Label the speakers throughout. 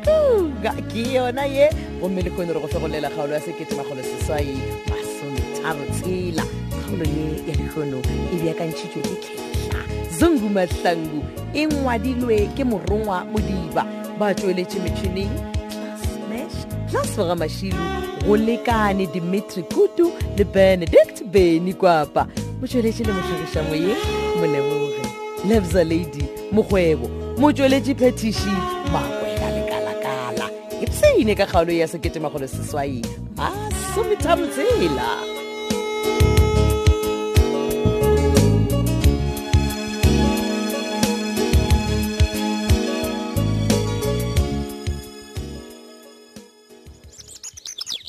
Speaker 1: moka ke yona ye gomme le kgone re go fegolela kgaolo ya seketemagolo seswai masometharo-tshela kgaolo ye ya dikgono e beakantšhitšwe ke kgetla zungu mahlangu e ngwadilwe ke morongwa modiba ba tsweletše metšhineng smash tlasfoga mašilu go lekane dimitri kutu le benedict beny kwapa motsweletše le motlhagiša moyeng moleboge lebza lady mokgwebo motsweletše phetiši makwela lekalakala E epseine ka kgaolo ya seketemagolo seswai masomethamtsela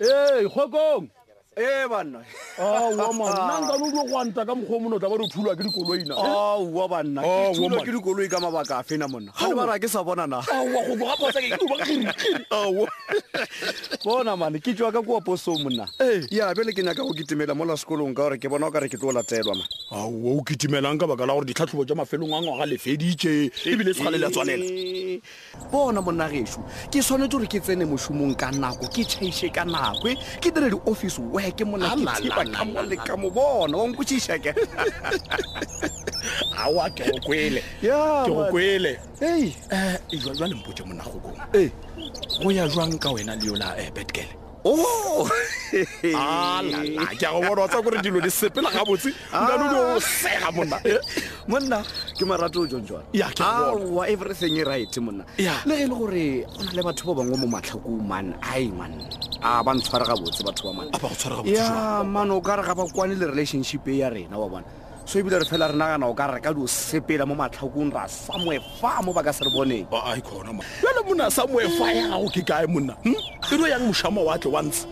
Speaker 2: ee kgokong
Speaker 3: ee banna
Speaker 2: Oh,
Speaker 3: Ah,
Speaker 2: aowa nna nkane o dio gwanta ka mokgwa o mono o tla ba re o thulwa ke dikoloina
Speaker 3: aowa Oh, banna
Speaker 2: Aowa,
Speaker 3: ke tulwa
Speaker 2: man.
Speaker 3: ke dikoloi ka mabaka a fena monna ga le bara ke sa bona na
Speaker 2: aowa go tloga posakeubakerikiri
Speaker 3: bona mane ke tswa ka koa posong monna
Speaker 2: Ee.
Speaker 3: ya bele ke nyaka go ketemela mola sekolong ka gore ke bona o kare ke tlo o latelwa ma
Speaker 2: aowa o ketimelang ka baka la gore ditlhatlhobo tja mafelong a ngwaga lefeditše ebile segale le a tswalela
Speaker 3: Eh. bona monna gešo ke tshwanetse gore ke tsene mošomong ka nako ke chaiše ka nako e, ke dire di-office worke mona ke
Speaker 2: Ala,
Speaker 3: thiba
Speaker 2: la,
Speaker 3: ka
Speaker 2: la,
Speaker 3: mo
Speaker 2: la,
Speaker 3: le ka mo bona wa nkotsišake
Speaker 2: aowa ke go kwele
Speaker 3: Ya,
Speaker 2: ke go
Speaker 3: man.
Speaker 2: kwele
Speaker 3: ei
Speaker 2: Eh, jwale mpotse monna gokong
Speaker 3: ee
Speaker 2: go ya jwang ka wena le yola Ah. um betgale
Speaker 3: o
Speaker 2: alala ke a go bona wa tsa kore dilo di sepela gabotse nkane o dio o sega monna
Speaker 3: monna ke marato o jonjwana
Speaker 2: Ya, ke a bona.
Speaker 3: awa everything e right monna
Speaker 2: Ya.
Speaker 3: le ge e le gore go na le batho ba bangwe mo matlhakong mane ai mane a ba ntshware gabotse batho ba mane
Speaker 2: a ba go tshwara gabotse jwang
Speaker 3: ya mane o ka re ga ba kwane le relationship e ya rena wa bona so ebile re fela re nagana o ka re ka dio sepela mo matlhakong ra samoe fa mo ba ka se re boneng
Speaker 2: a ikhona ma jale monna samoe fa ya gago ke kae monna hm? e lo yang mošama wa tle wa ntshe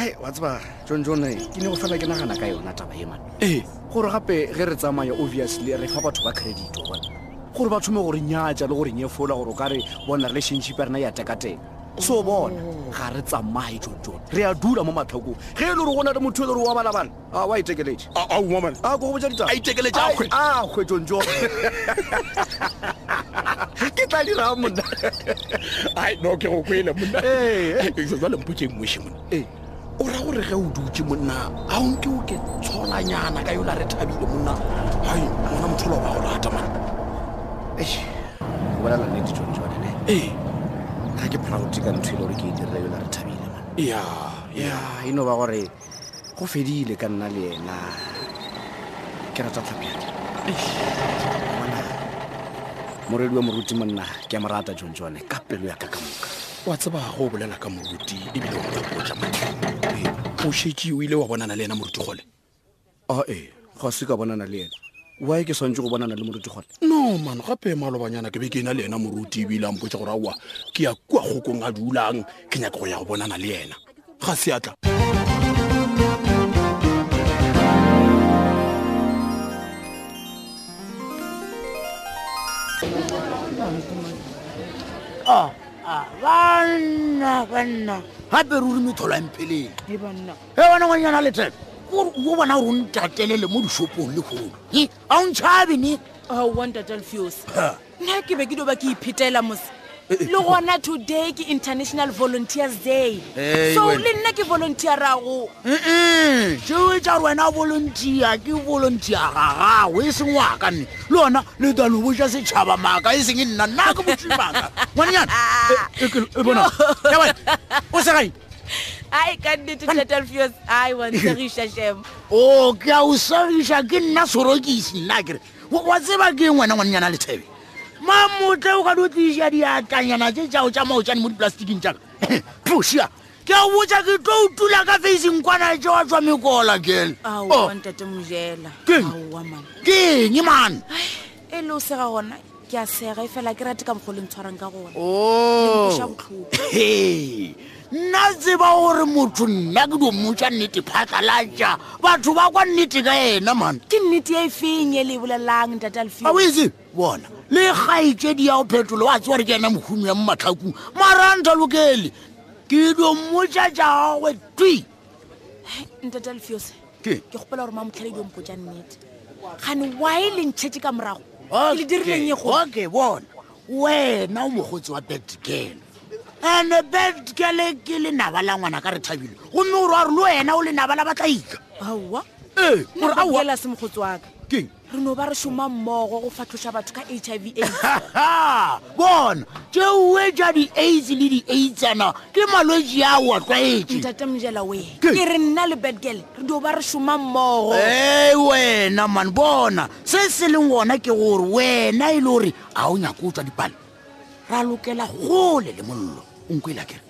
Speaker 3: ai wa tseba john john eh, ke ne go fela ke nagana ka yona taba e mane
Speaker 2: ee
Speaker 3: gore gape ge re tsamaya obviously re fa batho ba credit wa bona gore ba thome gore nyatsa le gore nyefola gore o ka re bona relationship ya rena ya tekateka so bona ga re tsamaye tsontsone re a dula mo matlhokong ge e le gore go na le motho e le gore wa balabala a wa itekeletše
Speaker 2: aumamane
Speaker 3: a ko go botsa ditaba
Speaker 2: A itekeletše, a hwe.
Speaker 3: a hwe tsontsone ke tla dirang monna
Speaker 2: ai no ke go kwele monna
Speaker 3: Ee, ee.
Speaker 2: jale mpotse mmoši e monna
Speaker 3: Ee.
Speaker 2: o ra gore ge o dutse monna ga o nke o ke tsholanyana ka yola re thabile monna ai ngwana mothola o ba go rata mana
Speaker 3: Eish, go bolela nnete tsontsone
Speaker 2: ee
Speaker 3: ga ke proud ka ntho e le gore ke e dirile yona re thabile man
Speaker 2: ya
Speaker 3: ya
Speaker 2: ya
Speaker 3: e no ba gore go fedile ka nna le ena ke rata tlhapiadi moredi wa moruti monna ke a mo rata jon jone ka pelo ya ka ka moka
Speaker 2: wa tseba go o bolela ka moruti ebile wa mokotla mane o šetse o ile wa bonana le ena moruti gole
Speaker 3: a ee ga se ka bonana le ena wy ke swantse go bonana le moruti gone
Speaker 2: no man gape malobanyana ke be ke na le ena moruti ebile a mpotsa gore aowa ke ya kua kgokong a dulang ke nyaka go ya go bonana le ena ga seatla
Speaker 4: Ah, ah, banna banna
Speaker 5: gape ruri metholampheleng
Speaker 4: e banna
Speaker 5: e bona ngwanyana letepe o bona gore o ntatelele mo dišopong le kgolo a o ntšhabe ne
Speaker 4: Oh, awantatalfios nna ke be ke doba ke iphetela mose
Speaker 5: Eh,
Speaker 4: le gona today ke international volunteers day
Speaker 5: Hey,
Speaker 4: so
Speaker 5: wena.
Speaker 4: le nna ke volunteerago
Speaker 2: 嗯
Speaker 5: seo tša gore wena
Speaker 2: 啊
Speaker 5: volunteer ke volunteer ga gago e seng wa ka nne le ona le tla lobo ja setšhaba maaka e seng e nna nna ke
Speaker 2: 啊
Speaker 5: mošimaka ngwaneyana
Speaker 2: 呃
Speaker 5: o segae
Speaker 4: ai ka nnete tatalfios ai wansegiša shema
Speaker 5: o ke a o segiša ke nna sorokisi nna kere Wa- wa tseba ke eng wena ngwaneyana lethebe mamotle o ka di o tliša diatlanyana tše tšao tša maotšane mo diplastiking tšaka tlosia ke a o botsa ke tlo o tula ka facing kwana tše wa tswa mekola kele Oh,
Speaker 4: awantate mojela
Speaker 5: Keng?
Speaker 4: aowa mana
Speaker 5: ke eng mane
Speaker 4: e le o sega gona ke a sega e fela ke rate ka mokgo le ntshwarang ka gona
Speaker 5: Oh.
Speaker 4: Ntloša botlhoko.
Speaker 5: Hei, nna tseba gore motho nna ke dio mmotša nnete phatlalatša batho ba kwa nnete ka ena mane
Speaker 4: ke nnete e feng e le e bolelang
Speaker 5: a o
Speaker 4: tatalfios
Speaker 5: etse bona le kgaitsedi ya go phetola wa tseba re ke ena mohumi ya mo matlhakong maranta lokele ke dio mmotša tša gagwe twi
Speaker 4: ntatalfios
Speaker 5: Ke?
Speaker 4: ke gopela gore mamotlhale diompo tša nnete gane wae le ntšhetse ka morago ke le dirileng e
Speaker 5: Okay,
Speaker 4: go
Speaker 5: okay, bona wena o mogotsi wa betgale ande bed kele ke lenaba la ngwana ka re thabile gomme gore a re le wena o lenaba la batla ika
Speaker 4: aowa
Speaker 5: ee gore aowa
Speaker 4: nnaela se mogotsi waka
Speaker 5: keng
Speaker 4: re no ba re šoma mmogo go fatlhoša batho ka h i v aids
Speaker 5: aha bona tšeue tša di-aids le di-aidsana ke malwetse a o a tlwaetse
Speaker 4: ntate mojela we
Speaker 5: Keng?
Speaker 4: ke re nna le bedgale re no ba re šoma mmogo
Speaker 5: ee wena man bona se se leng gona ke gore wena e le gore a o nyako o tswa dipale ra lokela gole le mollo o nko ela kere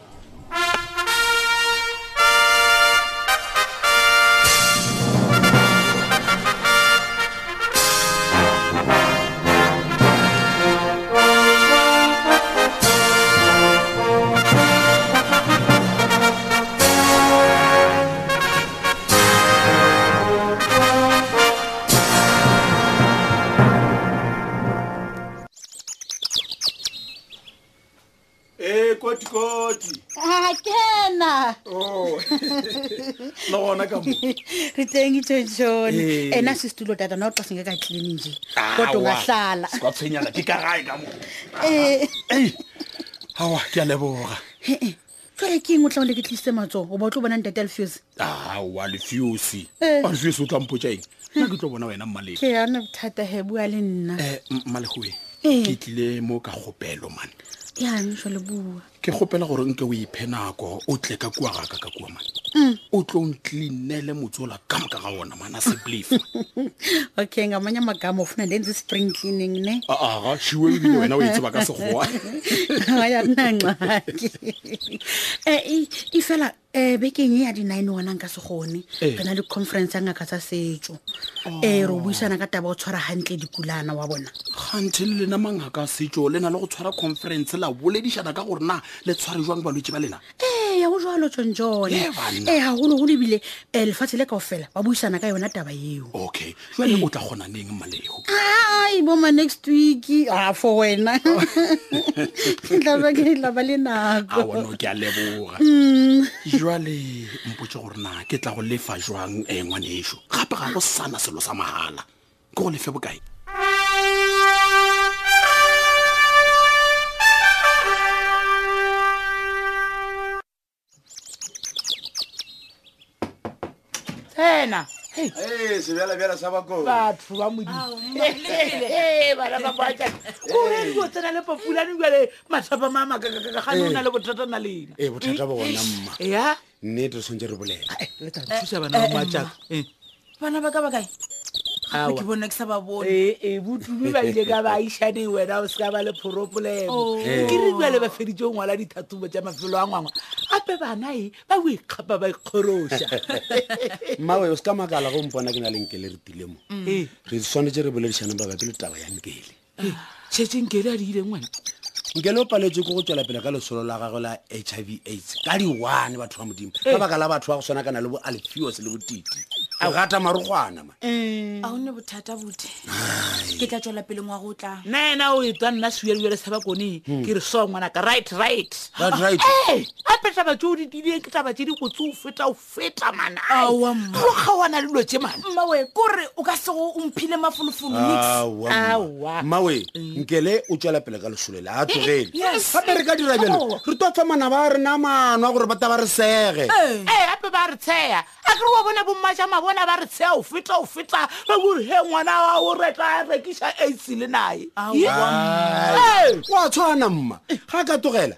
Speaker 2: ee kotikoti
Speaker 6: Ah, kena
Speaker 2: le gona ka mo
Speaker 6: re teng itshotshone
Speaker 2: Eh.
Speaker 6: ena sistulo tata na o xa singeka klini nje
Speaker 2: Awa.
Speaker 6: kodwa ungahlala
Speaker 2: Se ka tshwenyana ke ka gae ka mo
Speaker 6: Eh,
Speaker 2: ei aa ke a leboga
Speaker 6: eh, eh. tloe ke eng o tlaonle ke tlisitse matsogo o ba o tlo bonang data lefuse
Speaker 2: aa lefuse
Speaker 6: Eh.
Speaker 2: a lefuse o tlampotsa eng nna ke tlo bona wena mmaleng
Speaker 6: ke ana bothata he bua le nna
Speaker 2: um mmalegoe
Speaker 6: Eh.
Speaker 2: ke tlile mo ka kgopelo mane
Speaker 6: yang jale bua
Speaker 2: ke kgopela gore nke o iphe nako o tle ka kua gaka ka kua mane
Speaker 6: Mm.
Speaker 2: o tlo ntlinele motsola ka moka ga ona mana seblefa
Speaker 6: okay ngamanye amagama ofuna ndenza i-spring cleaning ne
Speaker 2: aa šiwe ah, ebile wena o e tseba ka segoa
Speaker 6: ayanangxaki um e fela um bekeng e ya di-nine wanang ka segone
Speaker 2: Eh.
Speaker 6: re na le conference ya ngaka tsa setso um re o buisana ka taba o tshwara gantle dikulana wa bona
Speaker 2: kganthe le lena mangaka a setso le na le go tshwara conference la boledišana ka gore na le tshware jwang balwetse ba lena
Speaker 6: ee go jalo tsontsone
Speaker 2: Eh, banna.
Speaker 6: ee gagologolo ebile um lefatshe le kao fela ba buisana ka yona taba eo
Speaker 2: okay jale o tla kgona neng malego
Speaker 6: ai boma next week a for wena ke tlaba ke laba
Speaker 2: a
Speaker 6: le nako
Speaker 2: one ke a leboga jale mpotse gore na ke tla go lefa jwang um ngwane ešo gape ga go sana selo sa mahala ke go lefe bokae
Speaker 5: tsena
Speaker 7: ee sebjalabjala sa bakoo
Speaker 5: batho ba modimore dio tsena le papulane jale mathapa ma makakaka gane o na le bothata na lena
Speaker 7: ee bothata bo gona mma
Speaker 5: ya
Speaker 7: nnete re swantse re bolela
Speaker 5: thusa bana ba matsaka
Speaker 4: bana ba ka ba kae
Speaker 5: Aowa.
Speaker 4: ke bona ke sa ba bone
Speaker 5: ee botumi ba ile ka baišhane wena o se ka ba le
Speaker 4: Oh.
Speaker 5: porobolemo ke re jale ba feditse o ngwala dithatobo tsa mafelo a ngwangwa gape banae ba o ikgapa ba ikgoroša
Speaker 7: mmawe o se ka makala go mpona ke na le nkele re tile mo
Speaker 5: ee
Speaker 7: re swantse re boledišane babapi le taba ya nkele
Speaker 5: chechengkele a di ileng wena
Speaker 7: nkele o paletswe ke go tswela pele ka lesolo la gagwe la h i v aids ka di-one batho ba modimo ka baka la batho ba go tshwana kana le bo alfios le botiti a gata marokgwana ma
Speaker 4: a gonne bothata bote ke tla tswela pele ngwa go tlang
Speaker 5: nna ena o etwa nna seelele sa bakone ke re so ngwanaka right right
Speaker 7: Right, right.
Speaker 5: ee ape taba tse o di dile ke taba tse dikotsi o feta o feta
Speaker 4: Aowa, mma.
Speaker 5: manaogawana le dilo tse mana
Speaker 4: mmawe kore o ka sego omphile mafolofolo nix
Speaker 5: Aowa. Mm.
Speaker 7: mmawe nkele o tswela pele ka lesolo le a tlogele
Speaker 4: yes.
Speaker 7: gape re ka dira bjalo re tlo fa mana ba rena maano a gore ba ta ba re sege
Speaker 4: ee
Speaker 5: ee ape ba re tsheya a kere wa bona bommatša mabona ba re tsheya o feta o feta ba kore he ngwana wa o retla a rekiša aids le naye
Speaker 7: Ai, wa tshwana mma ga ka togela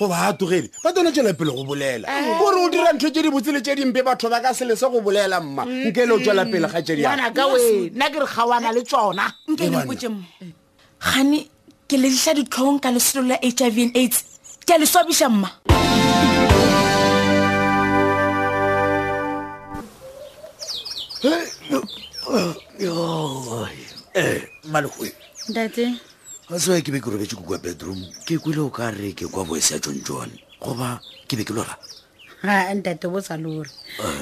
Speaker 7: goba a togele ba tone tswela pele go bolela gore o dira ntho tse di botse le tse dimpe batho ba ka selese go bolela mma nke le o tswela pele ga tse diana
Speaker 5: ngwanaka we nna ke re gawana le tsona
Speaker 4: nke dipotse mo gane ke lediša ditlhong ka lesolo la h i v and aids ke a le swabiša mma
Speaker 7: malekgoe
Speaker 6: ntate
Speaker 7: ga sewa ke be ke robetse ko kwa bedroom ke kwile o ka re ke kwa voice ya john john goba ke be ke lora
Speaker 6: ha ntate bo sa lore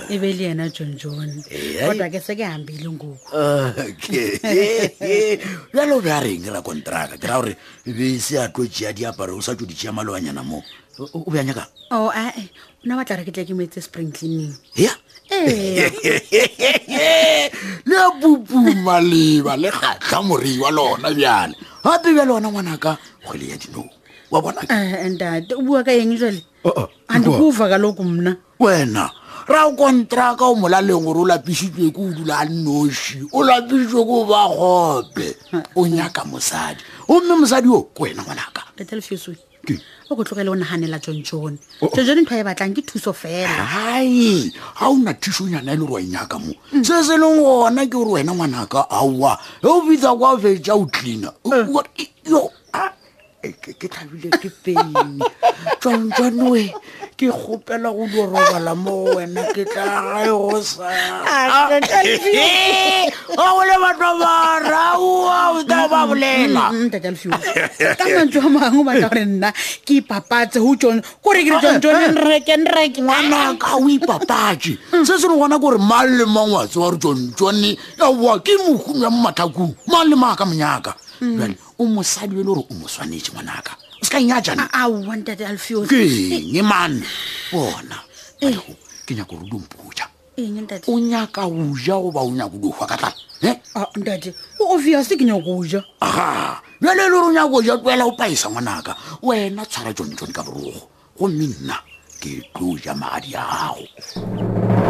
Speaker 6: e be le yena john john
Speaker 7: Eh, ai.
Speaker 6: kodwa ke se ke hambile ngoku
Speaker 7: jalo o be a reng ra kontraka ke ra gore be se a tlo tea diaparo o sa tso di tea malewanyana mo O- o be a nyaka
Speaker 6: o Oh, ae o na batla re ke tle ke moetse spring cleaning
Speaker 7: ya
Speaker 6: ee
Speaker 7: le a pupuma leba le kgatlha morei wa lona bjale gape bjale ona ngwanaka kgwele ya dinong wa bona ke?
Speaker 6: Ah, ntate o bua ka eng jale
Speaker 7: Oh, oh,
Speaker 6: andikuva kaloku mna
Speaker 7: wena ra o kontraka o molaleng gore o lapisitswe ke o dula a nnoši o lapisitswe ke o ba gope o nyaka mosadi gomme mosadi o ke wena ngwanaka
Speaker 6: etelfuse
Speaker 7: Ke?
Speaker 6: o
Speaker 7: Oh,
Speaker 6: ko tlogele o naganela john john john john ntho ya e batlang ke thuso fela
Speaker 7: hai ga ona thišonyana e le gore wa e nyaka mo se se leng gona ke gore wena ngwanaka aowa ge o bitsa kwa fetša o e, tlina e, ke tlhabile ke peine tswantswanewe ke kgopela go dio robala mo go wena ke tla gae go saa go le batho baraoa o ta ba
Speaker 6: Mm,
Speaker 7: bolela
Speaker 6: ntatalfuse ka mantswe a mangwe o batla gore nna ke ipapatse ho john kore ke re john john Eh, nreke nreke
Speaker 7: ngwanaka o ipapatse
Speaker 2: Hmm.
Speaker 7: se se le gona kore mang le mang wa tsewa gore tsontsone aa e, ke mohumi ya mo mathakong mang le mang a ka monyaka
Speaker 2: Hmm.
Speaker 7: jale o mosadi e le gore o mo swanetse ngwanaka o se ka
Speaker 6: Ah,
Speaker 7: nyajane
Speaker 6: aowa ntate alfuse
Speaker 7: kenge E mane bona
Speaker 2: Eh.
Speaker 7: Madiko, ke nyaka gore o dompoja
Speaker 6: eng ntate
Speaker 7: o nyaka o ja goba o nyaka o dihwa ka tlala e
Speaker 6: Ah, ntate o obvious ke nyako ja
Speaker 7: aga jale e le gore o nyaka o ja tlwela o paisa ngwanaka wena tshwara tsontsone ka borogo gomme nna ke tlo ja magadi a gago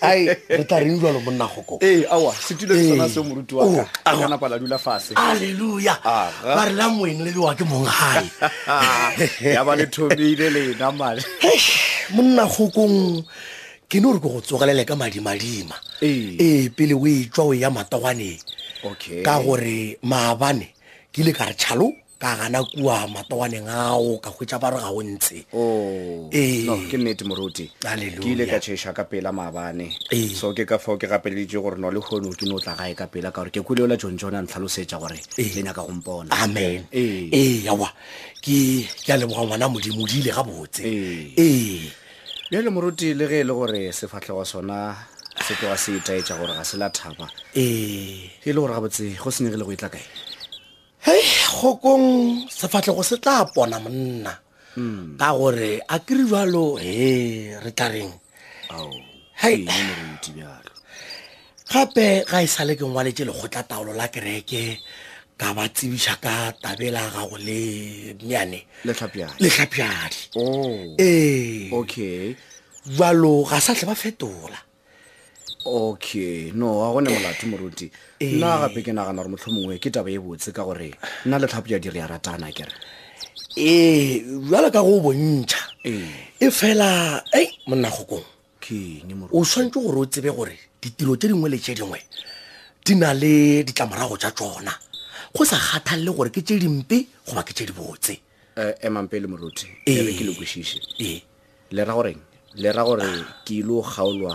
Speaker 2: ai re tla reng jalo monna goko
Speaker 3: ee aa setulo ke sona se moruti wa
Speaker 2: Oh,
Speaker 3: ka a ka napa la dula fase
Speaker 2: alleluya ba re la moeng le lewa ke mongae
Speaker 3: ya ba le thomile lena male
Speaker 2: monna gokong ke ne gore ke go tsogelele ka madimadima
Speaker 3: Ee.
Speaker 2: ee pele o e tswa o ya matangwaneng
Speaker 3: Okay.
Speaker 2: ka gore maabane ke ile ka re tšhalo ka gana kua matangwaneng ao ka hwetša ba re ga o ntse
Speaker 3: Oh,
Speaker 2: Ee.
Speaker 3: no, ke nnete moruti
Speaker 2: Eh. Hallelujah. Eh.
Speaker 3: ke ile ka chesa ka pela maabane
Speaker 2: Ee.
Speaker 3: so ke ka fao ke gapeleditse gore no le kgono ke ne o tla gae ka pela ka gore ke kuleola john john a ntlhalosetsa gore
Speaker 2: Ee.
Speaker 3: le nyaka gompona
Speaker 2: Eh. amen
Speaker 3: Ee.
Speaker 2: ee awa ke ke a leboga ngwana modimo di ile gabotse
Speaker 3: Ee.
Speaker 2: ee
Speaker 3: le le Eh. moruti le ge e le gore sefatlhego sona se tloga se itaetsa gore ga se la thaba
Speaker 2: ee
Speaker 3: e le gore gabotse go senyegile go e tla kae
Speaker 2: hei gokong sefatlhego se tla pona monna
Speaker 3: Hmm.
Speaker 2: ka gore a kere jalo he re tla reng
Speaker 3: ao
Speaker 2: Hai.
Speaker 3: ene moruti bjalo
Speaker 2: gape ga e sale ke ngwaletse lekgotla taolo la kereke ka ba tsebiša ka tabela gago le mmeane
Speaker 3: letlhapjana
Speaker 2: letlhapjadi
Speaker 3: oh.
Speaker 2: ee
Speaker 3: okay
Speaker 2: jalo ga sa tle ba fetola
Speaker 3: okay no ga gone molato moruti nna gape ke nagana gore motlho mongwe ke taba e botse ka gore nna le tlhapo ya dire ya ratana kere
Speaker 2: ee jalo ka go o bontšha
Speaker 3: Ee.
Speaker 2: e fela ei monna gokong
Speaker 3: keng moruti
Speaker 2: o swantse gore o tsebe gore ditiro tse dingwe le tse dingwe di na le ditlamorago tša tsona go sa kgathalele gore ke tše dimpe goba ke tše di botse
Speaker 3: Eh, emang pele moruti
Speaker 2: Ee.
Speaker 3: ebe ke le kwešiše
Speaker 2: ee
Speaker 3: le ra goreng le ra gore ke ile o kgaolwa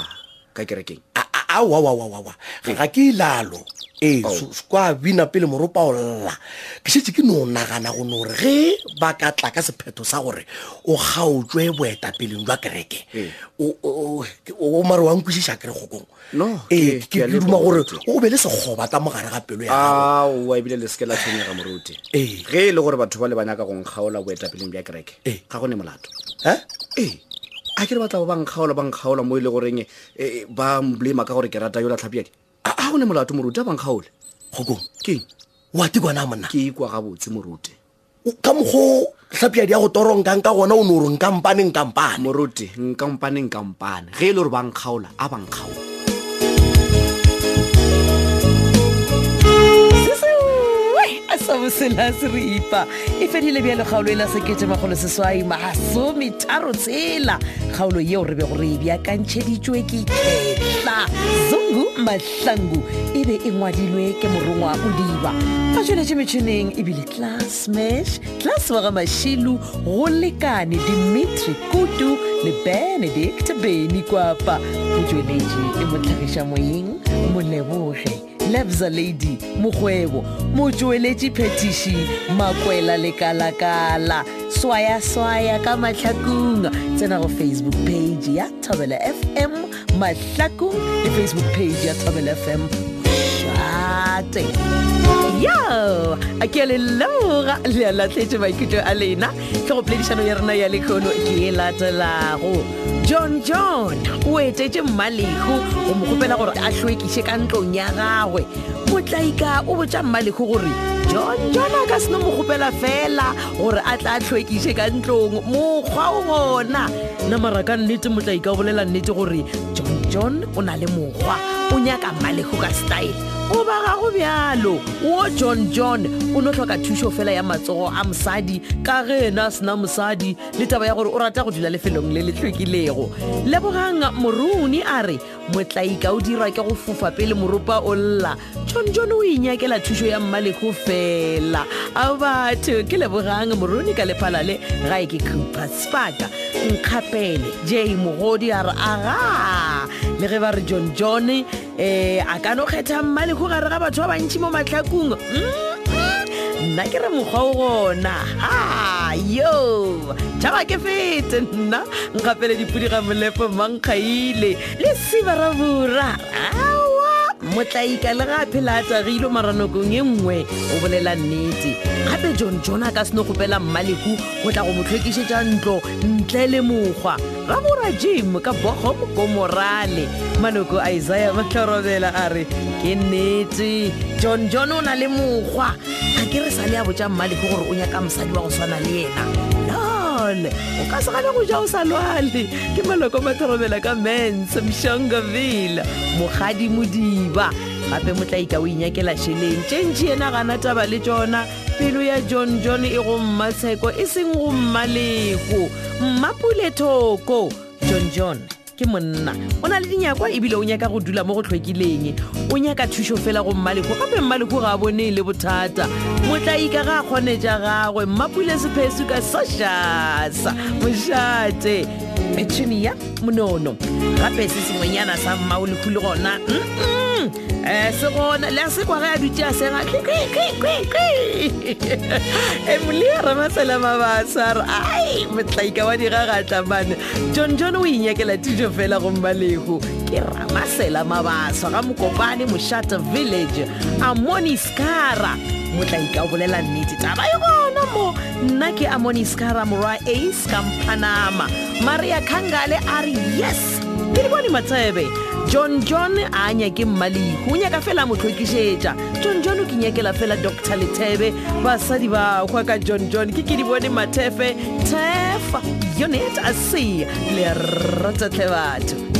Speaker 3: ka kerekeng
Speaker 2: Ah, aowaowaowa ga ke lalo ee so- so kwa bina pele moropa o lla ke šetse ke no nagana go no gore ge ba ka tla ka sephetho sa gore o kgaotswe boetapeleng jwa kereke
Speaker 3: Ee.
Speaker 2: o- o- o o mare wa nkwešiša kere kgokong
Speaker 3: No,
Speaker 2: ee
Speaker 3: ke- ke
Speaker 2: ke
Speaker 3: a
Speaker 2: ke duma gore
Speaker 3: leboga,
Speaker 2: o be le sekgoba ka mogare ga pelo ya gago
Speaker 3: aowa ebile le seke la tshwenyega moruti
Speaker 2: Ee.
Speaker 3: ge e le gore batho ba le banyaka go nkgaola boetapeleng bja kereke
Speaker 2: Ee.
Speaker 3: ga gone molato
Speaker 2: Eh?
Speaker 3: ee a ke re batla ba bankgaola bankgaola mo e le goreng eh, ba mblema ka gore ke rata yola tlhapiadi a gone molato moruti a bankgaole
Speaker 2: kgokong
Speaker 3: keng
Speaker 2: wa tikwana monna
Speaker 3: ke ikwa gabotse moruti
Speaker 2: O- ka mokgo tlhapiadi ya go toronkang ka gona o ne ore nkampane nkampane
Speaker 3: moruti nkampane nkampane ge e le gore bankgaola a bankgaola
Speaker 1: sesewe a sa bosela se re ipa e fedile bjalo kgaolo e la seketemagolo seswai magasometharo tsela kgaolo yeo re be gore e bjakantšheditšwe ke ketla zungu mahlangu e be e ngwadilwe ke morongwa o diba ba tsweletše metšhineng e ebile classmash tlaswa ga mašilu go lekane dimitri kutu le benedict beny kwapa motsweletše e motlhagiša moyeng moleboge lebza lady mokgwebo motsweletši phetiši makwela lekalakala swayaswaya ka mahlakong tsena go facebook page ya thobela fm mahlakong le facebook page ya thobela fm shate yo a ke a le leboga le a latlhetse maikutlo a lena tlhogopoledišano ya rena ya lekgono ke e latelago john john o etetse mmalego go mo gopela gore a tlhoekiše ka ntlong ya gagwe motlaika o botsa mmalego gore john john a ka seno mo gopela fela gore a tla tlhoekiše ka ntlong mokgwa o bona nna mara ka nnete motlaika o bolela nnete gore john john o na le mokgwa o nyaka mmalego ka style o ba gago bjalo wo john john o no tlhoka thušo fela ya matsogo a mosadi ka ge ena a sena mosadi le taba ya gore o rata go dula lefelong le le tlhwekilego lebogang moruni a re motlaika o dirwa ke go fofa pele moropa o lla john john o inyakela thušo ya mmalego fela a batho ke lebogang moruni ka lephala le gae ke cooper spaka nkgapele j mogodi a re aga le ge ba re john john um a ka no kgetha mmalego gare ga batho ba bantšhi mo matlhakong Mm-mm. nna ke re mokgwa o gona a yo tšhaba ke fete nna nkgapele dipodi ga molepo mankgaile le sibarabura awa motlaika le ga a phela a tagile maranokong e nngwe o bolela nnete gape john john a ka seno gopela mmaleku go tla go mo tlhokišetša ntlo ntle le mokgwa rabora jim ka bogo mokomorale maloko isaiah matlhorobela a re ke nnete john john o na le mokgwa ga ke re sale a botša mmaleku gore o nyaka mosadi wa go swana le ena lone o ka se gane go ja o sa lwale ke maloko a matharobela ka mens mshongaville mogadi modiba gape motlaika o inyakela šheleng tše ntšhi ena gana taba le tšona pelo ya john john e go mmatsheko e seng go mmaleko mmapule thoko john john ke monna o na le dinyakwa ebile o nyaka go dula mo go tlhokileng o nyaka thušo fela go mmaleko gape mmaleko ga a bone e le bothata motlaika ga a kgone ja gagwe mmapule sephesu ka sošasa mošate petunia monono gape se sengwenyana sa mmaolekhu le gona mm-mm, eh, se gona le a sekwa ge a dutse a sega E emlia ramasela mabasa re ai motlaika wa digagatlhamane john john o inyakela thuso fela go mmalego ke ramasela mabasa ga mokopane moshata village amoniskara motlaika o bolela nnete taba e gona mo nna ke amoniskara morwa ace kampanama maria kangale a re yes ke dibone matsebe john john a nyake mmalehu o nyaka fela a mo tlhokišetša john john o ke nyakela fela dr lethebe basadi ba kgwa ka john john ke ke di bone mathefe tefa yonet a sea le ratatlhe batho